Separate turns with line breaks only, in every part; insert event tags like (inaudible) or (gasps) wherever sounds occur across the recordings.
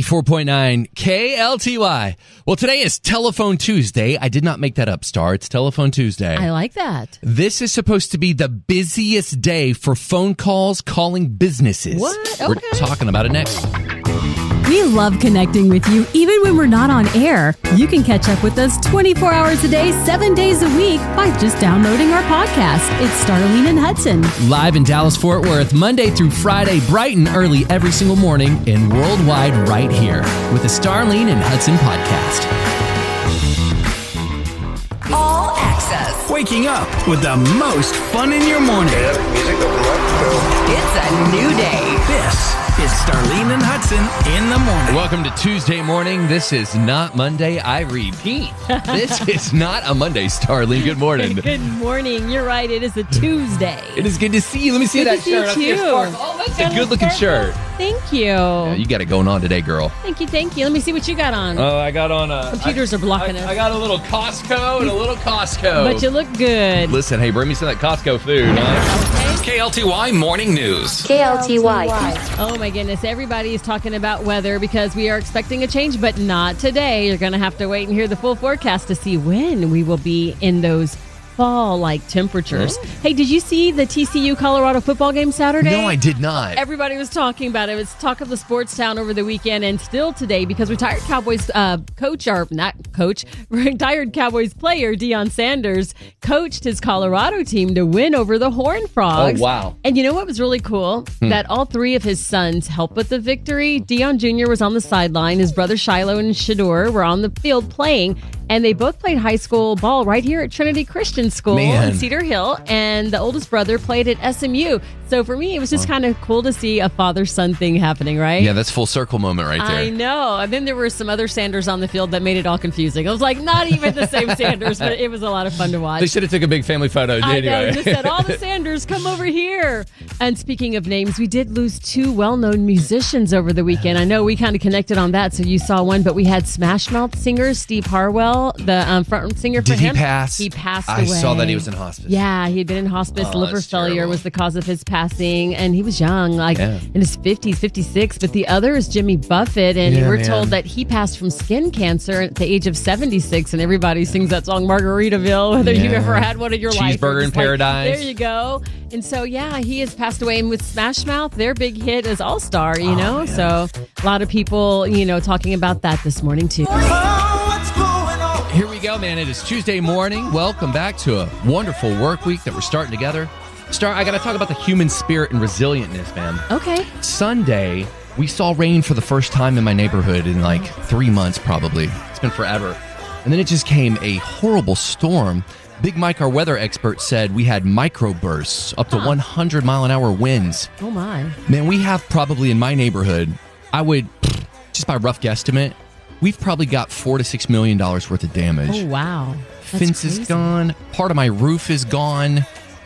94.9 KLTY. Well, today is Telephone Tuesday. I did not make that up, Star. It's Telephone Tuesday.
I like that.
this is supposed to be the busiest day for phone calls calling businesses.
What?
We're
Okay.
talking about it next.
We love connecting with you even when we're not on air. You can catch up with us 24 hours a day, seven days a week by just downloading our podcast. It's Starlene and Hudson.
Live in Dallas, Fort Worth, Monday through Friday, bright and early every single morning, and worldwide right here with the Starlene and Hudson podcast.
All access.
Waking up with the most fun in your morning.
It's a new day.
This is Starlene and Hudson in the morning.
Welcome to Tuesday morning. This is not Monday.
(laughs)
I repeat, this is not a Monday, Starlene. Good morning.
Good morning. You're right. It is a Tuesday.
It is good to see you. Let me see
Good
that
to see
shirt.
you
Let's get
too.
sparkles. Oh, that's a good looking shirt.
Thank you.
Yeah, you got it going on today, girl.
Thank you. Thank you. Let me see what you got on.
Oh, I got on a.
Computers are blocking us.
got a little Costco and a little Costco.
but you look good.
Listen, hey, bring me some of that Costco food. KLTY Morning News.
Oh my goodness. Everybody is talking about weather because we are expecting a change, but not today. You're going to have to wait and hear the full forecast to see when we will be in those fall like temperatures.
Oh.
Hey, did you see the TCU Colorado football game Saturday?
No, I did not.
(laughs) Everybody was talking about it. It's talk of the sports town over the weekend and still today because retired Cowboys uh, coach, or not coach, (laughs) retired Cowboys player Deion Sanders coached his Colorado team to win over the Horned Frogs.
Oh, wow. Hmm.
And you know what was really cool? That all three of his sons helped with the victory. Dion Jr. was on the sideline. His brother Shiloh and Shador were on the field playing, and they both played high school ball right here at Trinity Christian School
Man.
in Cedar Hill. And the oldest brother played at SMU. So for me, it was just kind of cool to see a father son thing happening, right?
Yeah, that's full circle moment right there.
I know. And then there were some other Sanders on the field that made it all confusing. I was like, not even
(laughs)
the same Sanders, but it was a lot of fun to watch.
They should have took a big family photo.
I
anyway.
know, just said "Oh." all the Sanders come over here. And speaking of names, we did lose two well-known musicians over the weekend. I know we kind of connected on that, so you saw one, but we had Smash Mouth singer Steve Harwell, the um, front singer for
Did he
him.
pass?
He passed
I
away.
saw that he was in hospice.
Yeah, he had been in hospice.
Oh,
Liver
that's
failure
terrible.
was the cause of his passing, and he was young, like
Yeah.
in his fifties, fifty-six. But the other is Jimmy Buffett, and
Yeah,
we're
man.
told that he passed from skin cancer at the age of seventy-six. And everybody sings that song Margaritaville, whether you've
Yeah.
ever had one in your life.
Cheeseburger
We're
in
just like,
Paradise.
there you go. And so, yeah, he has passed away. And with Smash Mouth, their big hit is All Star.
Oh,
You know, so a lot of people, you know, talking about that this morning too.
(laughs) Here we go, man. It is Tuesday morning. Welcome back to a wonderful work week that we're starting together. Star, I got to talk about the human spirit and resilientness, man.
Okay.
Sunday, we saw rain for the first time in my neighborhood in like three months, probably. It's been forever. And then it just came a horrible storm. Big Mike, our weather expert, said we had microbursts, up to 100 mile an hour winds.
Oh my.
Man, we have probably in my neighborhood, I would, just by rough guesstimate, we've probably got four to six million dollars worth of damage.
Oh wow. That's
Fence
crazy.
is gone, part of my roof is gone,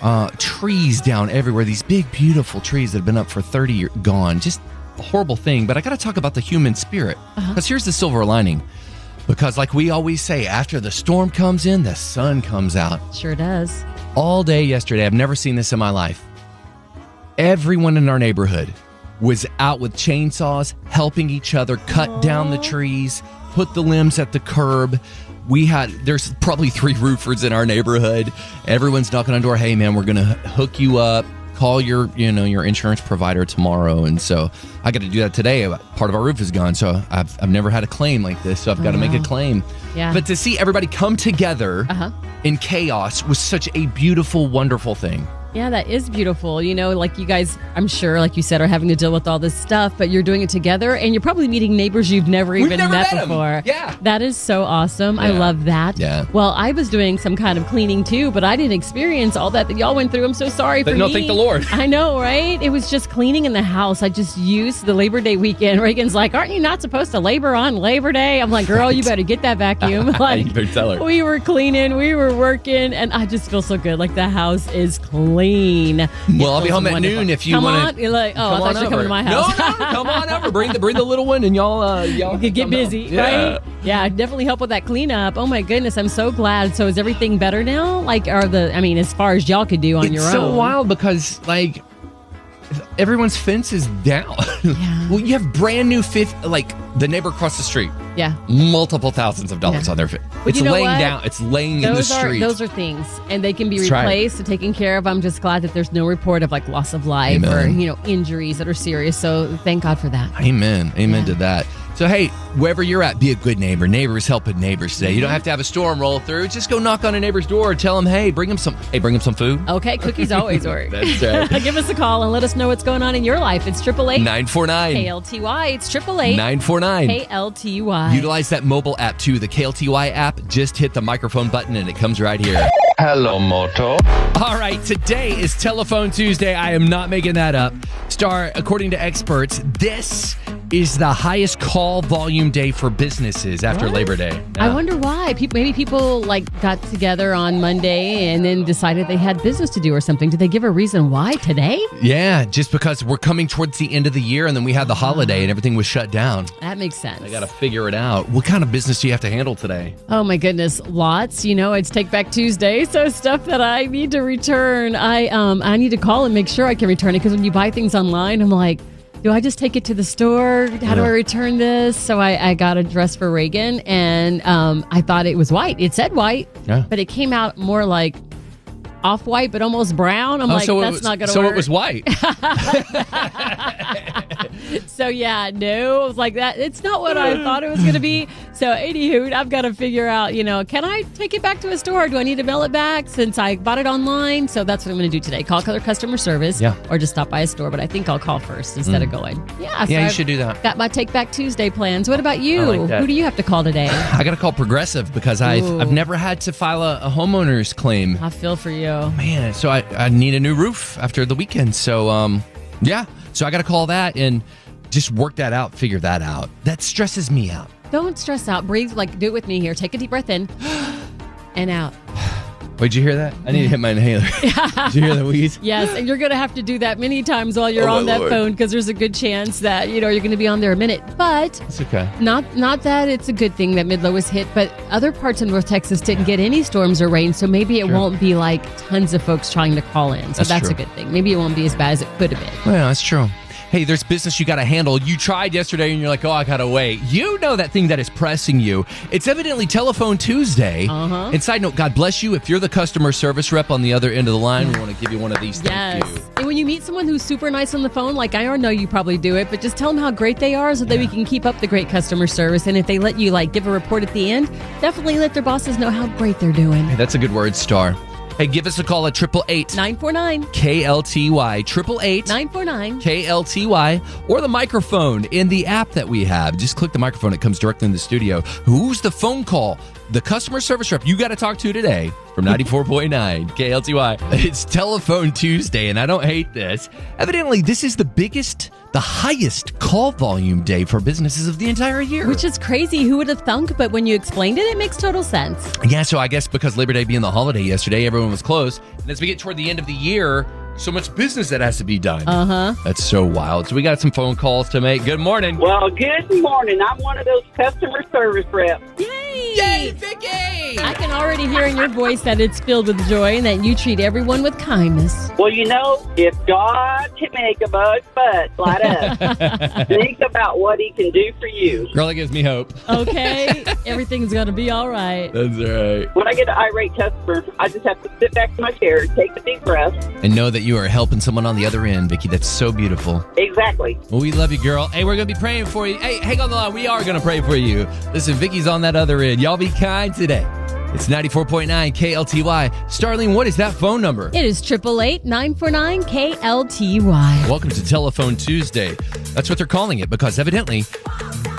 uh, trees down everywhere. These big, beautiful trees that have been up for 30 years gone. Just a horrible thing. But I got to talk about the human spirit.
Uh-huh.
Because here's the silver lining. Because, like we always say, after the storm comes in, the sun comes out
Sure does.
all day yesterday. I've never seen this in my life. Everyone in our neighborhood was out with chainsaws, helping each other cut down the trees, put the limbs at the curb. We had there's probably three (laughs) roofers in our neighborhood. Everyone's knocking on the door. Hey man, we're gonna hook you up. Call your you know your insurance provider tomorrow. And so I got to do that today. Part of our roof is gone, so I've I've never had a claim like this. So I've got to make a claim.
Yeah.
But to see everybody come together
Uh-huh.
in chaos was such a beautiful, wonderful thing.
Yeah, that is beautiful. You know, like you guys, I'm sure, like you said, are having to deal with all this stuff, but you're doing it together and you're probably meeting neighbors you've never
We've
even
never
met,
met 'em.
before.
Yeah.
That is so awesome. I
Yeah.
love that.
Yeah.
Well, I was doing some kind of cleaning too, but I didn't experience all that that y'all went through. I'm so sorry
But
for
no,
me.
thank the Lord.
(laughs) I know, right? It was just cleaning in the house. I just used the Labor Day weekend. (laughs) Reagan's like, aren't you not supposed to labor on Labor Day? I'm like, girl, you better
(laughs)
get that vacuum. like,
You better tell her.
We were cleaning, we were working, and I just feel so good. Like the house is clean.
Well, I'll be home at noon if you
come
wanna-
on, you're like, oh,
Come
I thought you
on
were coming to my
over.
house.
No, no, come on over. Bring the bring the little one, and y'all uh, y'all
You could (laughs) get
come help.
busy,
Yeah.
right? Yeah, definitely help with that cleanup. Oh my goodness, I'm so glad. So is everything better now? Like, are the? I mean, as far as y'all could do on
It's
your
so
own.
wild because like everyone's fence is down. (laughs)
Yeah.
well, you have brand new fifth, like the neighbor across the street,
Yeah.
multiple thousands of dollars
Yeah.
on their fence. It's
you know
laying
what?
down. It's laying in the
Those are
street.
those are things, and they can be
That's right.
replaced and taken care of. I'm just glad that there's no report of like loss of life or
Amen.
you know injuries that are serious. So thank God for that.
Amen. Amen
Yeah.
to that. So hey, wherever you're at, be a good neighbor. Neighbors helping neighbors today. You don't have to have a storm roll through. Just go knock on a neighbor's door and tell them, hey, bring them some. Hey, bring them some food. (laughs)
Okay, cookies always work.
That's right.
(laughs) Give us a call and let us know what's going on in your life. It's triple eight
Nine four nine.
KLTY. It's triple eight
Nine four nine.
KLTY.
Utilize that mobile app too, the KLTY app. Just hit the microphone button and it comes right here.
Hello, Moto.
All right, today is Telephone Tuesday. I am not making that up. Star, according to experts, this is the highest call volume day for businesses after
What?
Labor Day.
I wonder why. Peop maybe people like got together on Monday and then decided they had business to do or something. Did they give a reason why today?
Yeah, just because we're coming towards the end of the year and then we had the
Mm-hmm.
holiday and everything was shut down.
That makes sense.
I got to figure it out. What kind of business do you have to handle today?
Oh my goodness, lots. You know, it's Take Back Tuesday, so stuff that I need to return. I um I need to call and make sure I can return it because when you buy things online, I'm like, do I just take it to the store? How do I return this? So I, I got a dress for Reagan, and um I thought it was white. It said white,
Yeah.
but it came out more like off white, but almost brown. I'm Oh, like,
Oh, so it
that's
was,
not gonna
so
work.
it was
(laughs)
white.
So yeah, no, it was like that. It's not
(laughs)
what I thought it was going to be. So anywho, I've got to figure out, you know, can I take it back to a store? Do I need to mail it back since I bought it online? So that's what I'm going to do today. Call color customer service,
Yeah. Mm.
or just stop by a store. But I think I'll call first instead of going. Yeah, so
yeah, you
I've
should do that.
Got my Take Back Tuesday plans. What about you?
I like that.
Who do you have to call today?
I got to call Progressive because I've,
Ooh.
I've never had to file a, a homeowner's claim.
I feel for you.
Man, so I, I need a new roof after the weekend. So, um, yeah, so I got to call that and just work that out, figure that out. That stresses me out.
Don't stress out. Breathe. Like do it with me here. Take a deep breath in (gasps) and out.
Wait, did you hear that? I need to hit my
(laughs)
inhaler. did you hear the wheeze?
Yes, and you're going to have to do that many times while you're
Oh, my
on that
Lord.
phone because there's a good chance that you know you're going to be on there a minute. But
It's okay.
not not that it's a good thing that Midlow was hit, but other parts of North Texas didn't get any storms or rain, so maybe it won't be like tons of folks trying to call in. So
That's
that's, a
true.
good thing. Maybe it won't be as bad as it could have been.
Well, that's true. Hey, there's business you got to handle. You tried yesterday and you're like, oh, I got to wait. You know that thing that is pressing you. It's evidently Telephone Tuesday.
Uh-huh.
And side note, God bless you. If you're the customer service rep on the other end of the line, we want to give you one of these. Thank you.
Yes. And when you meet someone who's super nice on the phone, like I already know you probably do it, but just tell them how great they are so that we can keep up the great customer service. And if they let you like give a report at the end, definitely let their bosses know how great they're doing.
Hey, that's a good word, Star. Hey, give us a call at 888
949
KLTY, 888
949
KLTY, or the microphone in the app that we have. Just click the microphone, it comes directly in the studio. Who's the phone call? The customer service rep you got to talk to today from 94.9 KLTY. It's Telephone Tuesday, and I don't hate this. Evidently, this is the biggest, the highest call volume day for businesses of the entire year.
Which is crazy. Who would have thunk? But when you explained it, it makes total sense.
Yeah, so I guess because Labor Day being the holiday yesterday, everyone was closed. And as we get toward the end of the year, so much business that has to be done.
Uh huh.
That's so wild. So we got some phone calls to make. Good morning.
Well, good morning. I'm one of those customer service reps.
Yay!
Vicky!
I can already hear in your voice that it's filled with joy and that you treat everyone with kindness.
Well, you know, if God can make a bug butt light up, think about what he can do for you.
Girl, that gives me hope. (laughs)
Okay, everything's gonna be all right.
That's right.
When I get an irate customer, I just have to sit back in my chair, take a deep breath.
And know that you are helping someone on the other end, Vicky. That's so beautiful.
Exactly.
Well, we love you, girl. Hey, we're going to be praying for you. Hey, hang on the line. We are going to pray for you. Listen, Vicky's on that other end. Y'all be kind today. It's 94.9 KLTY. Starling, what is that phone number?
It is triple eight nine four nine KLTY.
Welcome to Telephone Tuesday. That's what they're calling it because evidently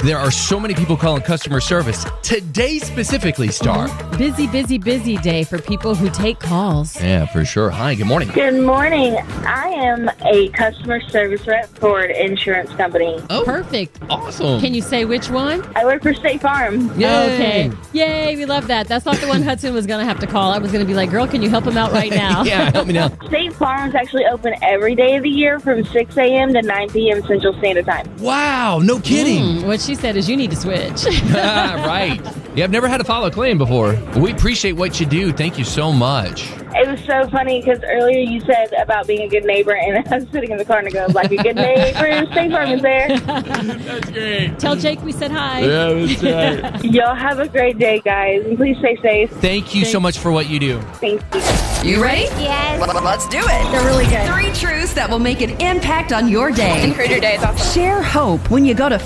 there are so many people calling customer service today specifically, Star.
Mm-hmm. Busy, busy, busy day for people who take calls.
Yeah, for sure. Hi, good morning.
Good morning. I am a customer service rep for an insurance company.
Oh,
Perfect.
awesome. (laughs)
Can you say which one?
I work for State Farm.
Yay.
Okay. Yay, we love that. That's not the one Hudson was gonna have to call. I was gonna be like, girl, can you help him out right
(laughs)
now?
yeah, help me now.
State Farm is actually open every day of the year from 6 a.m. to 9 p.m. Central Standard Time.
Wow, no kidding. (laughs)
Mm, what she said is you need to switch. (laughs)
Ah, right. Yeah, I've never had to file a claim before. We appreciate what you do. Thank you so much.
It was so funny because earlier you said about being a good neighbor, and (laughs) I was sitting in the car and I goes like a good neighbor, State Farm is there.
That's great.
Tell Jake we said hi.
that's right.
Y'all have a great day, guys, and please stay safe.
Thank you so much for what you do.
Thank you.
You ready?
Yes.
Well, let's do it.
They're really good.
Three truths that will make an impact on your day.
Creator Day is awesome.
Share hope when you go to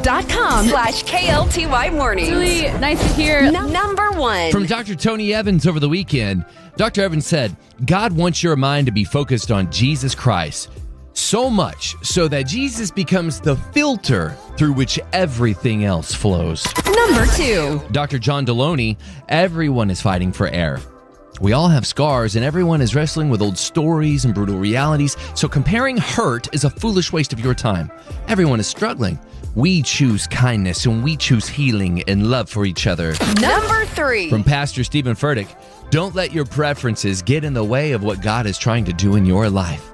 facebook.com slash KLTY mornings.
Really nice to hear.
Num- number one.
From Dr. Tony Evans over the weekend, Dr. Evans said, God wants your mind to be focused on Jesus Christ so much so that Jesus becomes the filter through which everything else flows.
number two.
Dr. John Deloney, everyone is fighting for air. We all have scars, and everyone is wrestling with old stories and brutal realities, so comparing hurt is a foolish waste of your time. Everyone is struggling. We choose kindness and we choose healing and love for each other.
Number three.
From Pastor Stephen Furtick Don't let your preferences get in the way of what God is trying to do in your life.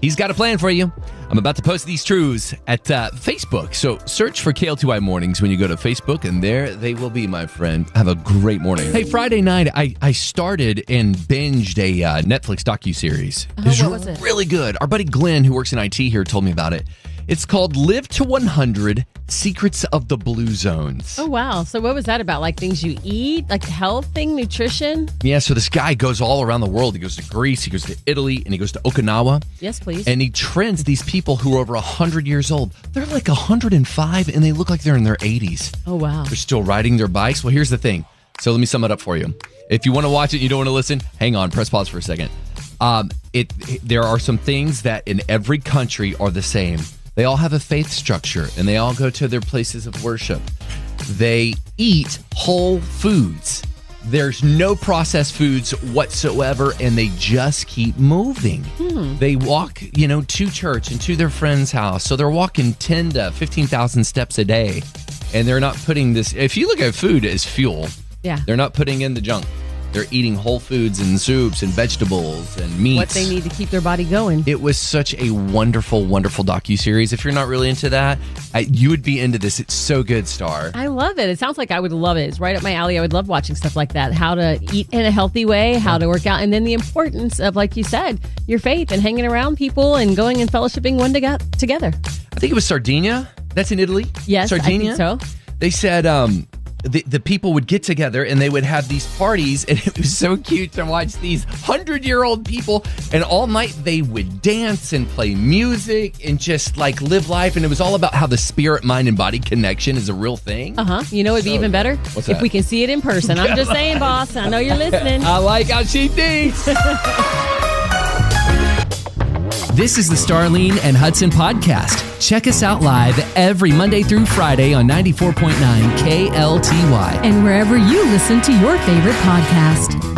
He's got a plan for you. I'm about to post these truths at uh, Facebook. So search for KL2I Mornings when you go to Facebook, and there they will be, my friend. Have a great morning. Hey, Friday night, I, I started and binged a uh, Netflix docuseries.
Oh, what was it?
really good. Our buddy Glenn, who works in IT here, told me about it. It's called Live to 100 Secrets of the Blue Zones.
Oh wow! So what was that about? Like things you eat, like health thing, nutrition?
Yeah, so this guy goes all around the world. He goes to Greece, he goes to Italy, and he goes to Okinawa.
Yes, please.
And he trends these people who are over 100 years old. They're like 105 and they look like they're in their 80s.
oh wow!
They're still riding their bikes. Well, here's the thing. So let me sum it up for you. If you want to watch it, and you don't want to listen. Hang on, press pause for a second. Um, it there are some things that in every country are the same. They all have a faith structure and they all go to their places of worship. They eat whole foods. There's no processed foods whatsoever, and they just keep moving.
Hmm.
They walk, you know, to church and to their friend's house. So they're walking 10 to 15,000 steps a day and they're not putting this if you look at food as fuel
Yeah.
they're not putting in the junk they're eating whole foods and soups and vegetables and meats
What they need to keep their body going.
it was such a wonderful wonderful docu-series if you're not really into that I, you would be into this it's so good star
I love it. It sounds like I would love it. It's right up my alley. I would love watching stuff like that. How to eat in a healthy way, how to work out, and then the importance of, like you said, your faith and hanging around people and going and fellowshipping one to- together.
i think it was sardinia that's in italy
Yes, I
sardinia
think so.
they said um the, the people would get together and they would have these parties and it was so cute to watch these 100 year old people and all night they would dance and play music and just like live life and it was all about how the spirit mind and body connection is a real thing
Uh huh. You know, it'd be even better
What's
if
that?
we can see it in person. I'm just saying, boss. I
(laughs)
know you're listening.
i like how she thinks (laughs)
This is the Starlene and Hudson podcast. Check us out live every Monday through Friday on 94.9 KLTY.
and wherever you listen to your favorite podcast.